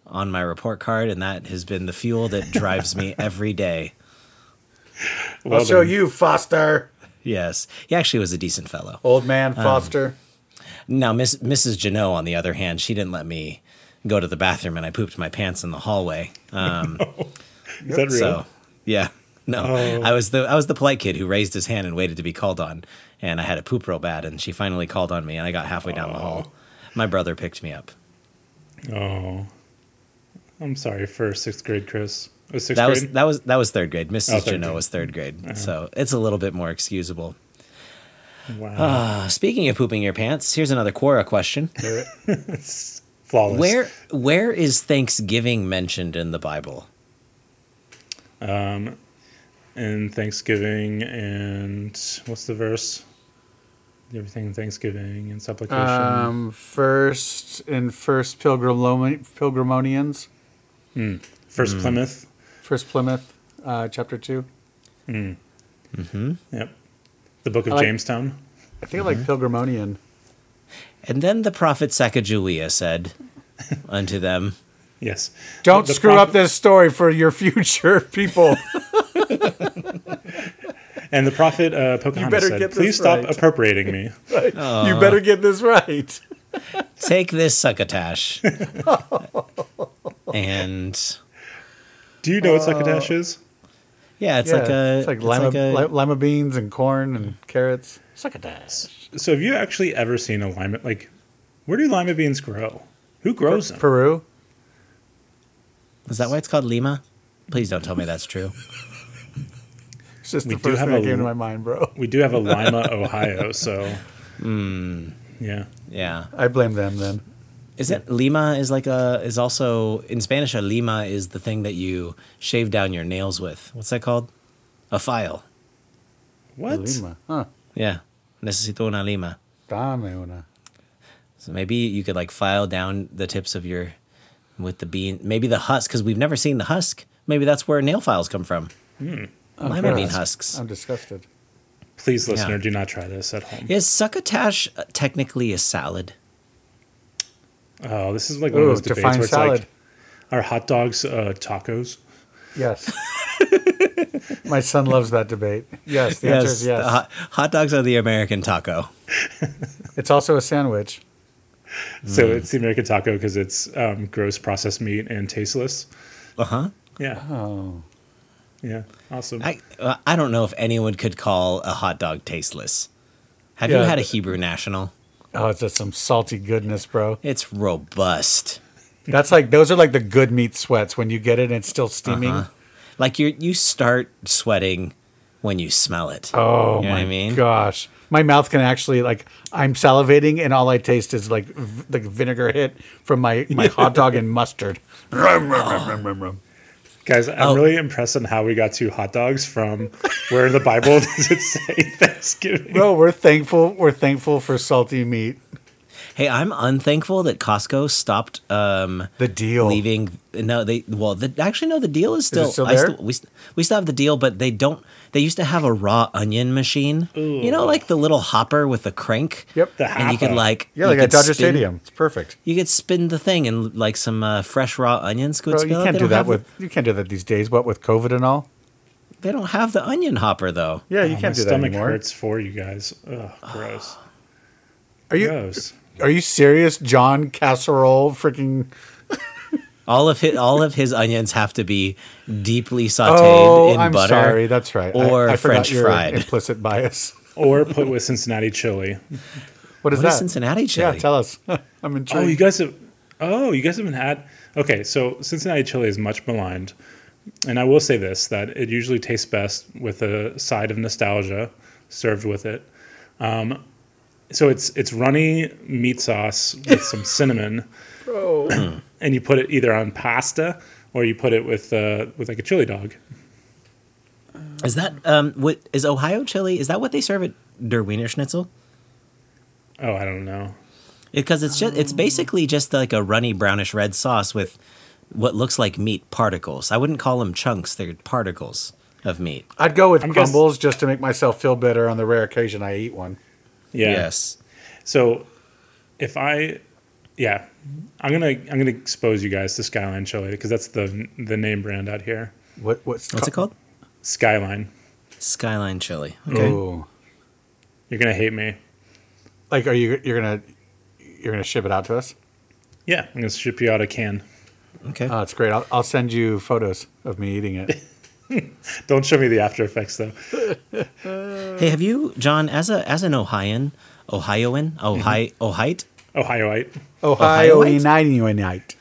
on my report card, and that has been the fuel that drives me every day.
Well
I'll show
done.
you, Foster.
Yes. He actually was a decent fellow.
Old man Foster.
Now, Miss Mrs. Janot, on the other hand, she didn't let me go to the bathroom, and I pooped my pants in the hallway. Um,
Is that real?
so, yeah, no,
Oh.
I was the I was the polite kid who raised his hand and waited to be called on, and I had a poop real bad, and she finally called on me, and I got halfway down the hall. My brother picked me up.
Oh, I'm sorry for sixth grade, Chris. Oh, sixth
that
grade?
was that was that was third grade. Mrs.
Oh, third
Janot
grade. Uh-huh.
was third grade, so it's a little bit more excusable.
wow.
Uh, speaking of pooping your pants, here's another Quora question:
Flawless.
Where where is Thanksgiving mentioned in the Bible?
and Thanksgiving and what's the verse? Everything in Thanksgiving and supplication.
Um, first in first Pilgrim Pilgrimonians, Mm.
First Plymouth.
first Plymouth, uh, chapter two.
Yep. The Book of
I like-
Jamestown.
I think I like Pilgrimonian.
And then the prophet Sacagawea said unto them,
Yes.
Don't
The- the
screw
prophet-
up this story for your future people.
And the prophet uh, Pocahontas
better
said,
get this
"Please stop
right."
appropriating me."
you better get this right.
"Take this succotash." and
Do you know what succotash
Uh.
is?
yeah, it's like a
it's like,
it's
lima,
like a-
li- lima beans and corn and carrots. Succotash.
So have you actually ever seen a lima? Like, where do lima beans grow? Who grows them?
Peru.
is that why it's called Lima? Please don't tell me that's true.
It's just
We
the
do
first
have
thing that
a-
came to my mind, bro.
we do have a lima, Ohio. So,
Hmm.
yeah,
Yeah.
I blame them then.
Is it Lima is like a is also in Spanish a lima is the thing that you shave down your nails with. What's that called? A file.
what?
Lima. Huh.
Yeah. Necesito una lima.
Dame una.
So maybe you could like file down the tips of your with the bean maybe the husk cuz we've never seen the husk. Maybe that's where nail files come from.
Hmm.
Lima bean
gross.
husks.
I'm disgusted.
Please, listener, do not try this at home.
Is succotash uh, technically a salad?
Oh, this is like one of
Ooh,
those debates where
define
it's
salad.
like, are hot dogs uh, tacos?
Yes. my son loves that debate. Yes, the answer is
the
yes.
Hot, hot dogs are the American taco.
It's also a sandwich.
So
Hmm.
it's the American taco because it's um, gross processed meat and tasteless.
Uh-huh.
Yeah.
Oh.
Yeah. Awesome.
I uh, I don't know if anyone could call a hot dog tasteless. Have you
Yeah.
had a Hebrew National?
Oh, it's just some salty goodness, bro.
It's robust.
That's like those are like the good meat sweats when you get it and it's still steaming.
Like you you start sweating when you smell it.
Oh
You know
my
what I mean?
gosh, my mouth can actually like I'm salivating and all I taste is like v- like vinegar hit from my my hot dog and mustard. Rum, rum, rum, rum, rum, rum.
Guys, I'm
Oh.
really impressed on how we got to hot dogs from where in the Bible does it say Thanksgiving?
Bro, we're thankful. We're thankful for salty meat.
Hey, I'm unthankful that Costco stopped um
The deal.
leaving no they well the, actually no the deal is still,
still
I
there?
we st- we still have the deal but they don't they used to have a raw onion machine. You know like the little hopper with the crank.
Yep.
The
and you could
hopper.
like
Yeah,
you
like at
could
Dodger
spin-
Stadium. It's perfect.
You could spin the thing and like some uh, fresh raw onions could
Bro,
spill
you
out.
can't
They
do
don't
that
have-
with you can't do that these days. What with COVID and all?
They don't have the onion hopper though.
Yeah, you
Oh, my
can't do that
stomach
anymore.
hurts for you guys. Ugh, gross.
Are you
Gross.
are you serious, John Casserole? Freaking
All of his all of his onions have to be deeply sautéed
oh,
in
I'm
butter.
sorry. That's right. I-
or
I, forgot
French
your
fried.
Implicit bias.
Or put with Cincinnati chili.
What is
What is
that?
Cincinnati
Yeah,
chili?
tell us. I'm intrigued.
Oh, you guys have. Oh, you guys haven't had. Okay, so Cincinnati chili is much maligned, and I will say this: that it usually tastes best with a side of nostalgia served with it. Um, so it's it's runny meat sauce with some cinnamon, and you put it either on pasta or you put it with uh, with like a chili dog.
Is that um what is Ohio chili? Is that what they serve at Der Wiener Schnitzel?
Oh, I don't know.
Because it's just it's basically just like a runny brownish red sauce with what looks like meat particles. I wouldn't call them chunks; they're particles of meat.
I'd go with
I'm guess-
crumbles just to make myself feel better on the rare occasion I eat one.
Yeah.
Yes.
So if I, yeah, I'm gonna I'm gonna expose you guys to Skyline Chili because that's the the name brand out here.
What what's,
What's it called?
Skyline.
Skyline chili. Okay.
Ooh.
You're gonna hate me.
Like, are you you're gonna you're gonna ship it out to us?
Yeah, I'm gonna ship you out a can.
Okay.
Oh, it's great. I'll, I'll send you photos of me eating it.
Don't show me the after effects though.
Hey, have you, John, as a as an Ohioan, Ohioan,
Mm-hmm.
Ohio, Ohite,
Oh, Ohioite.
Oh,
Ohio
Ohioite?
night night.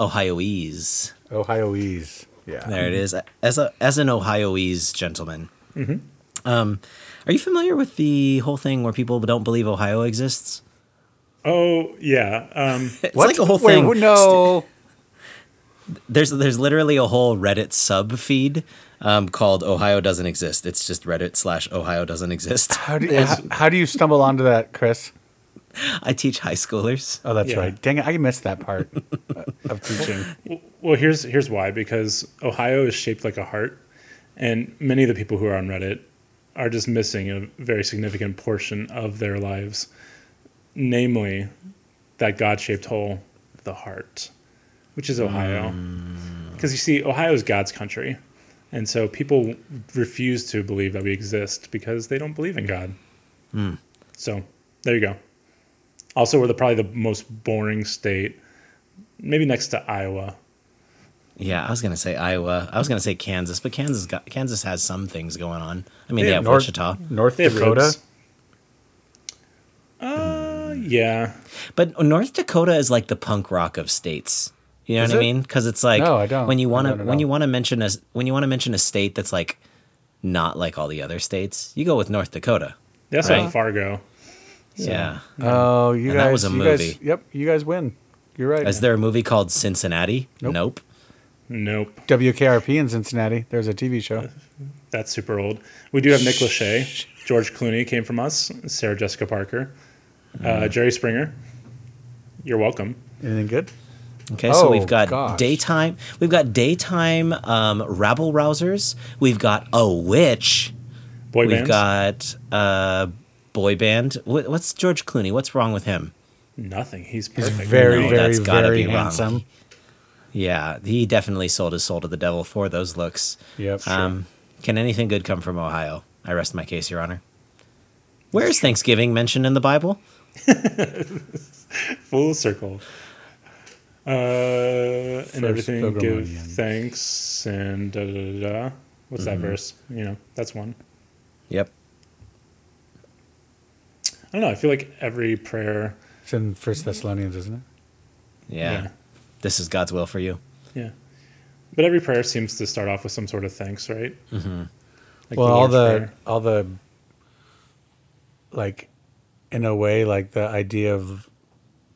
Ohioese.
Ohioese. Yeah.
There it is. As a as an Ohioese gentleman,
Mm-hmm.
um, are you familiar with the whole thing where people don't believe Ohio exists?
Oh yeah. Um,
It's like a whole
Wait,
thing.
wh- no.
There's there's literally a whole Reddit sub feed um, called Ohio doesn't exist. It's just Reddit slash Ohio doesn't exist.
How do, you, how, how do you stumble onto that, Chris?
I teach high schoolers.
Oh, that's
Yeah.
right. Dang it, I missed that part uh, of teaching.
w- well, here's here's why because Ohio is shaped like a heart, and many of the people who are on Reddit are just missing a very significant portion of their lives, namely that God-shaped hole, the heart, which is Ohio. Because you see, Ohio is God's country, and so people refuse to believe that we exist because they don't believe in God. So there you go. Also, we're the, probably the most boring state, maybe next to Iowa.
Yeah, I was gonna say Iowa. I was gonna say Kansas, but Kansas got, Kansas has some things going on. I mean,
They
they
have
have
North-
Wichita,
North
They have
Dakota.
ribs. Uh, yeah.
but North Dakota is like the punk rock of states. You know
Is
what I
it?
mean? Because it's like
No, I don't.
when you
I
want to
don't at
when you
all.
want to mention a s- when you want to mention a state that's like not like all the other states, you go with North Dakota.
They also have
Right.
Fargo.
yeah.
Oh, you guys.
And that was a
you guys-
movie.
yep, you guys win. You're right.
Is there a movie called Cincinnati?
Nope.
Nope.
WKRP in Cincinnati. There's a TV show.
That's super old. We do have Nick Lachey. George Clooney came from us. Sarah Jessica Parker.
Hmm.
Uh, Jerry Springer. You're welcome.
Anything good?
Okay, so
Oh,
we've got
gosh.
daytime. We've got daytime um, rabble rousers. We've got a witch.
Boy
we've
bands.
got uh, boy band. Wh- what's George Clooney? What's wrong with him?
Nothing. He's perfect.
Very,
No,
very,
that's gotta
very
be wrong.
handsome.
Yeah, he definitely sold his soul to the devil for those looks.
Yep.
Um, can anything good come from Ohio? I rest my case, Your Honor. Where is Thanksgiving mentioned in the Bible?
Full circle. Uh, and everything
Pilgrim
give
Onions.
thanks and da da da. da. What's
Mm-hmm.
that verse? You know, that's one.
Yep.
I don't know. I feel like every prayer.
It's in First Thessalonians, isn't it?
yeah.
Yeah.
This is God's will for you.
Yeah. But every prayer seems to start off with some sort of thanks, right? Mm-hmm. Like
well, all
Lord's
the
Prayer.
all the like, in a way, like the idea of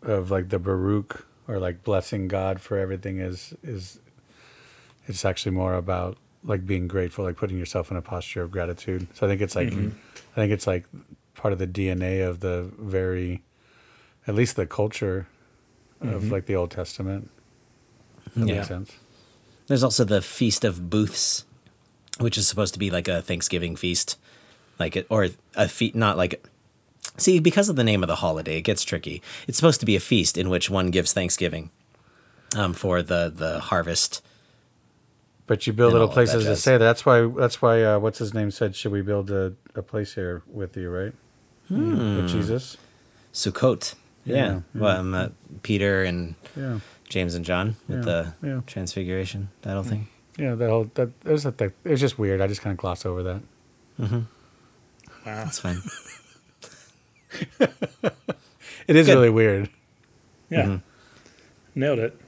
of like the Baruch or like blessing God for everything is is it's actually more about like being grateful, like putting yourself in a posture of gratitude. So I think it's like I think it's like part of the DNA of the very, at least the culture of like the Old Testament. That
Yeah.
makes sense.
There's also the Feast of Booths, which is supposed to be like a Thanksgiving feast, like it, or a feast, not like. See, because of the name of the holiday, it gets tricky. It's supposed to be a feast in which one gives thanksgiving, um, for the the harvest.
But you build
and
little
all of that
places to
jazz.
say that. That's why. That's why. Uh, what's his name said? Should we build a, a place here with you, right?
Hmm.
Mm, With Jesus.
Sukkot. Yeah.
Yeah.
Well, um, uh, Peter and
Yeah.
James and John with
Yeah.
the
Yeah.
transfiguration, that whole thing.
Yeah. That whole. That it was. A th- it was just weird. I just kind of glossed over that.
Wow.
That's fine.
It is
Good.
really weird.
Yeah.
Mm-hmm.
Nailed it.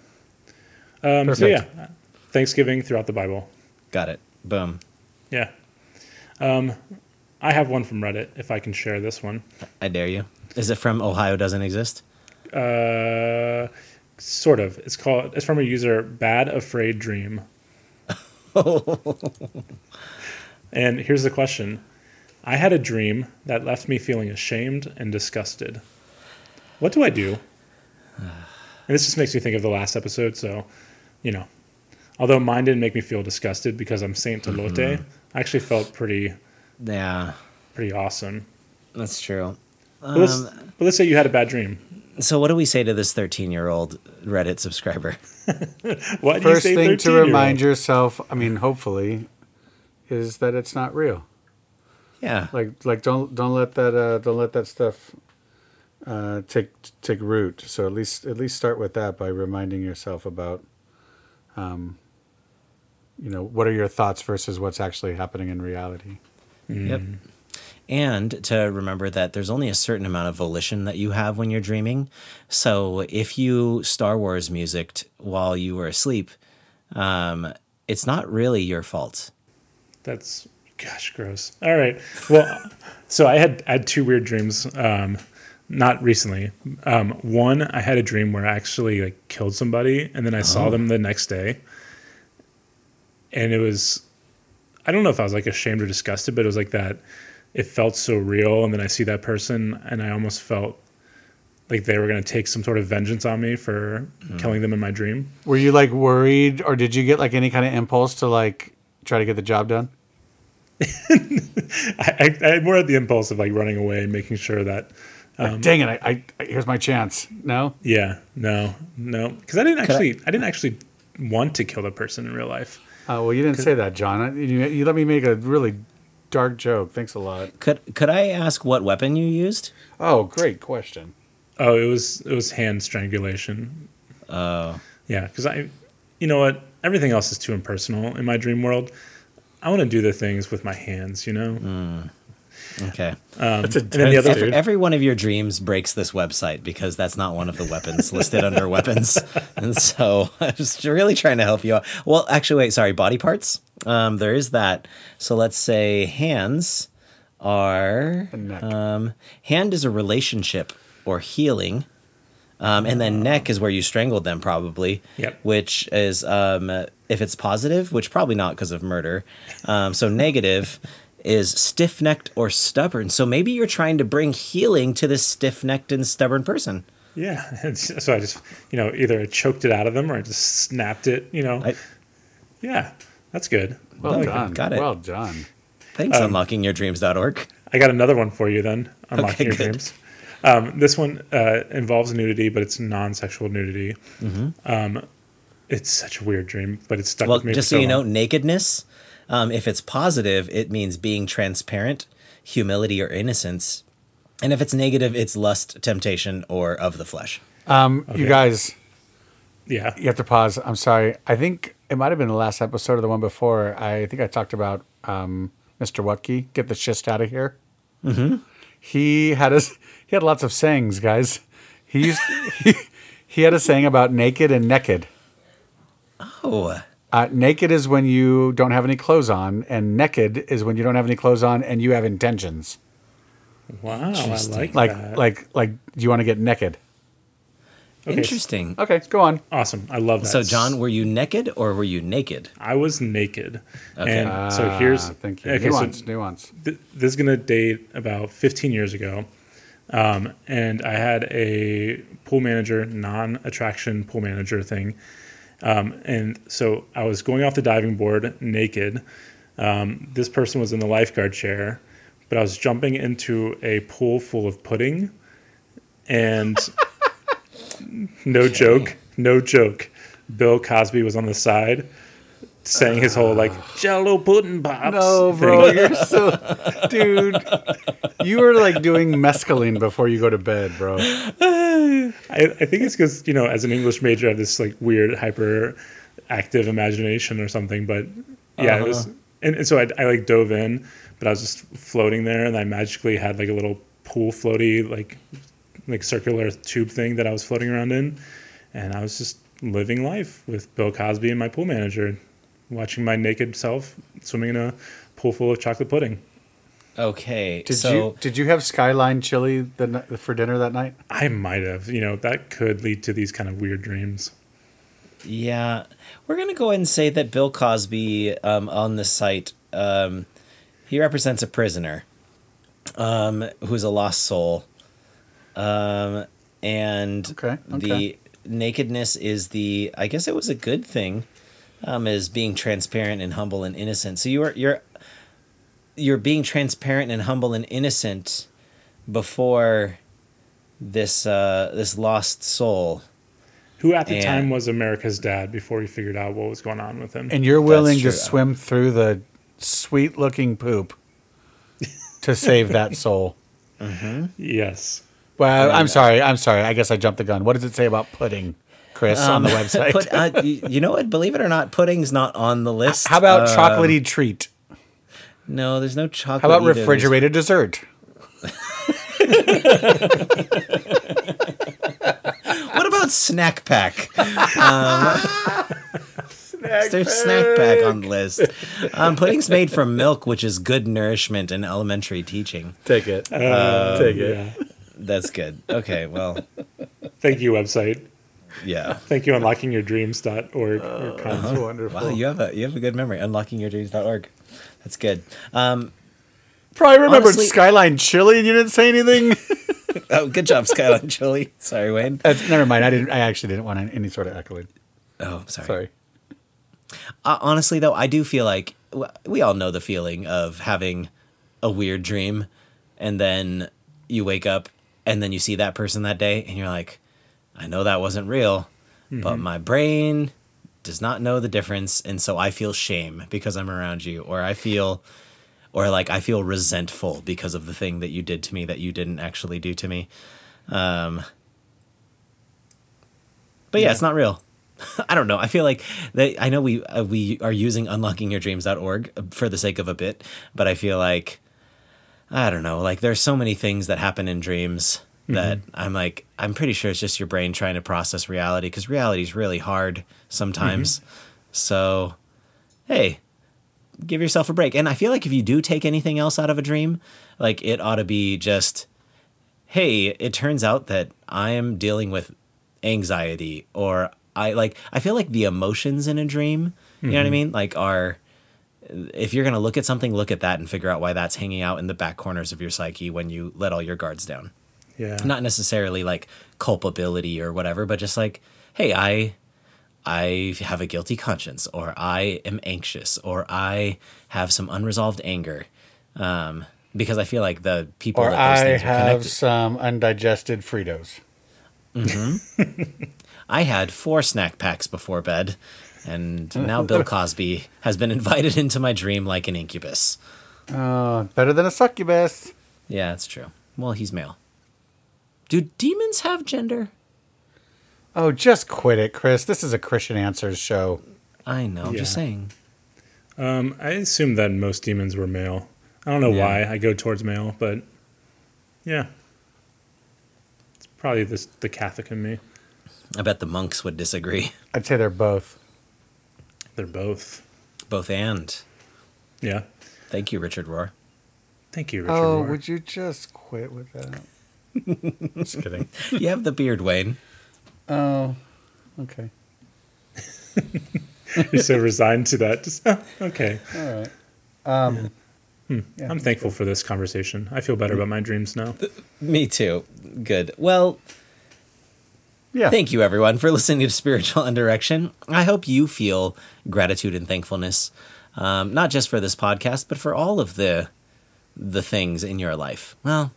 Um, so, yeah.
Perfect.
Thanksgiving throughout the Bible.
Got it. Boom.
Yeah. Um, I have one from Reddit, if I can share this one.
I dare you. Is it from Ohio Doesn't Exist?
Uh, sort of. It's called, it's from a user, Bad Afraid Dream. and here's the question I had a dream that left me feeling ashamed and disgusted. What do I do? And this just makes me think of the last episode. So, you know, although mine didn't make me feel disgusted because I'm Saint Elote,
Mm-hmm.
I actually felt pretty,
Yeah,
pretty awesome.
that's true.
Um,
But let's, but let's say you had a bad dream.
So, what do we say to this 13 year old Reddit subscriber?
Why do you
First
say
thing to
13-year-old?
remind yourself. I mean, hopefully, is that it's not real.
Yeah.
Like like don't don't let that uh, don't let that stuff uh, take take root. So at least at least start with that by reminding yourself about um, Hmm. you know what are your thoughts versus what's actually happening in reality.
Yep. and to remember that there's only a certain amount of volition that you have when you're dreaming. So if you Star Wars music while you were asleep, um, it's not really your fault.
That's gosh, gross. All right. Well, so I had I had two weird dreams. Um, not recently. Um, one, I had a dream where I actually like killed somebody, and then I saw them the next day, and it was, I don't know if I was like ashamed or disgusted, but it was like that. It felt so real, and then I see that person, and I almost felt like they were going to take some sort of vengeance on me for killing them in my dream.
Were you like worried, or did you get like any kind of impulse to like try to get the job done?
I, I, I had more at the impulse of like running away and making sure that Um,
Like, Dang it! I, I, I here's my chance. No,
Yeah, no, no, because I didn't actually, I, didn't actually want to kill the person in real life.
uh, well, you didn't say that, John. I- You, you let me make a really dark joke. Thanks a lot.
Could could I ask what weapon you used?
Oh, great question.
Oh, it was it was hand strangulation. Oh, yeah, because I, you know what, everything else is too impersonal in my dream world. I want to do the things with my hands, you know.
Okay.
That's a
Um, then the
dense
other-
Every,
dude.
every one of your dreams breaks this website because that's not one of the weapons listed under weapons. And so I was really trying to help you out. Well, actually, wait, sorry, body parts. Um, there is that. So let's say hands are.
neck.
uh,
Um, hand is a relationship or healing. Um, and then neck is where you strangled them, probably.
Yep.
Which is um, uh, if it's positive, which probably not because of murder. Um, so negative is stiff necked or stubborn. So maybe you're trying to bring healing to this stiff necked and stubborn person.
Yeah, and so I just, you know, either I choked it out of them or I just snapped it, you know.
I-
yeah, that's good.
Well done.
Got it.
Well done.
Thanks, unlockingyourdreams.org.
I got another one for you then. Unlocking
Okay,
your
good.
dreams. Um, this one uh, involves nudity, but it's non-sexual nudity. Um, it's such a weird dream, but it's stuck
Mm-hmm. Well,
with me.
just
for
so, you know,
long.
nakedness, um, if it's positive, it means being transparent, humility, or innocence. And if it's negative, it's lust, temptation, or of the flesh.
Um, You guys,
yeah,
you have to pause. I'm sorry. I think it might have been the last episode or the one before. I think I talked about um, Mr. Wutke. Get the shist out of here. Mm-hmm. He had us. He had lots of sayings, guys. He used. he, he had a saying about naked and naked.
Oh,
Uh, naked is when you don't have any clothes on, and naked is when you don't have any clothes on and you have intentions.
wow, I like,
Like,
that.
like, like, do you want to get naked?
Okay,
interesting.
Okay, go on.
awesome. I love that.
So, John, were you naked or were you naked?
I was naked,
Okay.
and so here's
Ah, thank you.
Okay,
nuance,
so
nuance.
th- this is gonna date about 15 years ago, um, and I had a pool manager, non-attraction pool manager thing, um, and so I was going off the diving board naked. Um, this person was in the lifeguard chair, but I was jumping into a pool full of pudding, and no joke, no joke, Bill Cosby was on the side. Saying his whole like Jello pudding pops.
No,
thing.
bro, you're so, dude. You were like doing mescaline before you go to bed, bro.
I, I think it's because you know, as an English major, I have this like weird hyper active imagination or something. But yeah, it was, and, and so I, I like dove in, but I was just floating there, and I magically had like a little pool floaty like like circular tube thing that I was floating around in, and I was just living life with Bill Cosby and my pool manager, watching my naked self swimming in a pool full of chocolate pudding.
Okay.
Did
so,
you did you have skyline chili the, ni- for dinner that night?
I might have, you know, that could lead to these kind of weird dreams.
yeah, we're going to go ahead and say that Bill Cosby um, on the site, um, he represents a prisoner um, who's a lost soul. Um, and
Okay,
the
okay.
nakedness is the, I guess it was a good thing, um, is being transparent and humble and innocent. So you are, you're, you're being transparent and humble and innocent before this uh, this lost soul.
who at the
And-
time was America's dad before he figured out what was going on with him.
And you're willing
true.
to swim through the sweet looking poop to save that soul.
yes.
Well, I'm sorry. I'm sorry. I guess I jumped the gun. What does it say about pudding, Chris, on the website?
Put, uh, y- you know what? Believe it or not, pudding's not on the list.
How about
Uh,
chocolatey treat?
No, there's no chocolate.
How about
either. There's-
refrigerated dessert?
What about snack pack? Um, There's snack pack on the list. Um, pudding's made from milk, which is good nourishment and elementary teaching.
Take it. Take it.
Yeah.
That's good. Okay, well,
Thank you, website.
yeah.
Thank you, unlockingyourdreams.org. or com.
That's wonderful.
Wow, you have a you have a good memory. Unlockingyourdreams.org. That's good. Um,
Probably remembered
Honestly-
Skyline Chili and you didn't say anything.
oh, good job, Skyline Chili. Sorry, Wayne.
That's, never mind. I didn't. I actually didn't want any sort of accolade.
Oh, sorry.
Sorry.
Uh, honestly, though, I do feel like w- we all know the feeling of having a weird dream, and then you wake up, and then you see that person that day, and you're like, I know that wasn't real, but my brain does not know the difference, and so I feel shame because I'm around you, or I feel. Or like I feel resentful because of the thing that you did to me that you didn't actually do to me, um, but yeah, it's not real. I don't know. I feel like they, I know we uh, we are using unlockingyourdreams.org uh, for the sake of a bit, but I feel like I don't know. Like there's so many things that happen in dreams that I'm like I'm pretty sure it's just your brain trying to process reality because reality is really hard sometimes. So, hey, give yourself a break. And I feel like if you do take anything else out of a dream, like it ought to be just hey, it turns out that I am dealing with anxiety or I like I feel like the emotions in a dream, you
Mm-hmm.
know what I mean? Like are if you're going to look at something, look at that and figure out why that's hanging out in the back corners of your psyche when you let all your guards down.
Yeah.
Not necessarily like culpability or whatever, but just like, hey, I I have a guilty conscience or I am anxious or I have some unresolved anger. Um because I feel like the people
Or
that those
I
things are
have
connected.
some undigested Fritos.
I had four snack packs before bed, and now Bill Cosby has been invited into my dream like an incubus.
Oh, better than a succubus.
Yeah, that's true. Well, he's male. Do demons have gender?
Oh, just quit it, Chris. This is a Christian Answers show.
I know. I'm just
Yeah.
saying.
Um, I assume that most demons were male. I don't know
Yeah.
why I go towards male, but yeah, it's probably this, the Catholic in me.
I bet the monks would disagree.
I'd say they're both.
They're both.
Both and.
Yeah.
Thank you, Richard Rohr.
Thank you, Richard.
oh,
Rohr.
would you just quit with that? just kidding.
You have the beard, Wayne.
Oh, okay.
You're so resigned to that. Just oh, okay.
All right.
I'm thankful for this conversation. I feel better
Mm.
about my dreams now.
Me too. Good. Well,
Yeah.
Thank you, everyone, for listening to Spiritual Indirection. I hope you feel gratitude and thankfulness, um, not just for this podcast, but for all of the the things in your life. Well,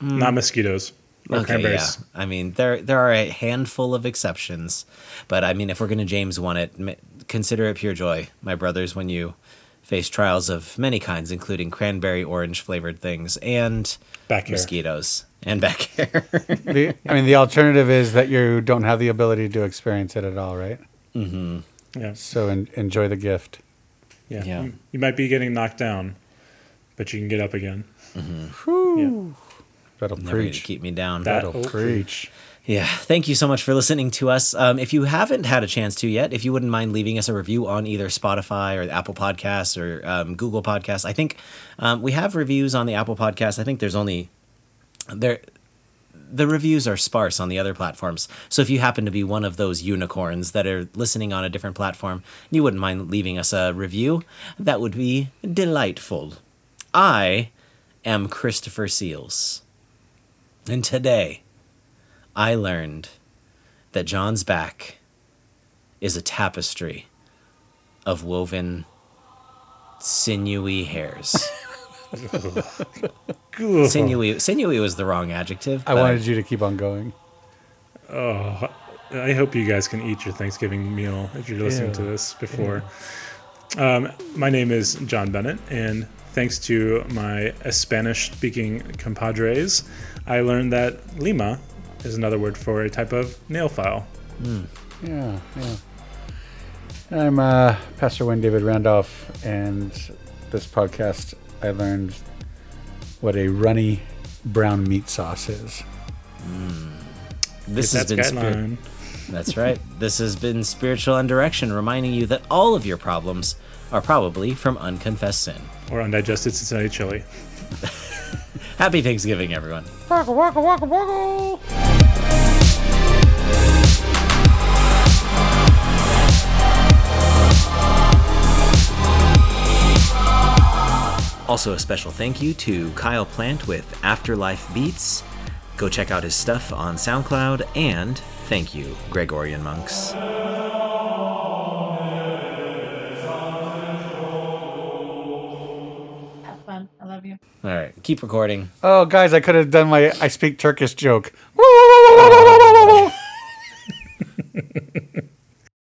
Not mosquitoes or
okay,
cranberries.
yeah. I mean, there there are a handful of exceptions, but I mean, if we're going to James one it, m- consider it pure joy, my brothers, when you face trials of many kinds, including cranberry orange flavored things and
Back here.
mosquitoes and back hair.
The, I mean, the alternative is that you don't have the ability to experience it at all, right?
Yeah.
So en- enjoy the gift.
Yeah.
Yeah.
You- You might be getting knocked down, but you can get up again.
Never
That'll
going to
preach.
keep me down.
That
That'll
Oh,
preach.
Yeah, thank you so much for listening to us. Um, if you haven't had a chance to yet, if you wouldn't mind leaving us a review on either Spotify or the Apple Podcasts or um, Google Podcasts, I think um, we have reviews on the Apple Podcasts. I think there's only there the reviews are sparse on the other platforms. So if you happen to be one of those unicorns that are listening on a different platform, and you wouldn't mind leaving us a review, that would be delightful. I am Christopher Seals, and today. I learned that John's back is a tapestry of woven, sinewy hairs.
Good.
sinewy, sinewy was the wrong adjective.
I
but
wanted you to keep on going.
I hope you guys can eat your Thanksgiving meal if you're listening to
Ew.
this before. Um, my name is John Bennett, and thanks to my Spanish speaking compadres, I learned that Lima is another word for a type of nail file.
Yeah, yeah. I'm uh, Pastor Wayne David Randolph, and this podcast, I learned what a runny brown meat sauce is.
This
If
has been
that's
spir-
guideline.
That's right. This has been Spiritual Indirection, reminding you that all of your problems are probably from unconfessed sin.
or undigested Cincinnati chili.
Happy Thanksgiving, everyone. Also, a special thank you to Kyle Plant with Afterlife Beats. Go check out his stuff on SoundCloud, and thank you, Gregorian Monks.
Have fun. I love you.
All right, keep recording.
Oh, guys, I could have done my I speak Turkish joke.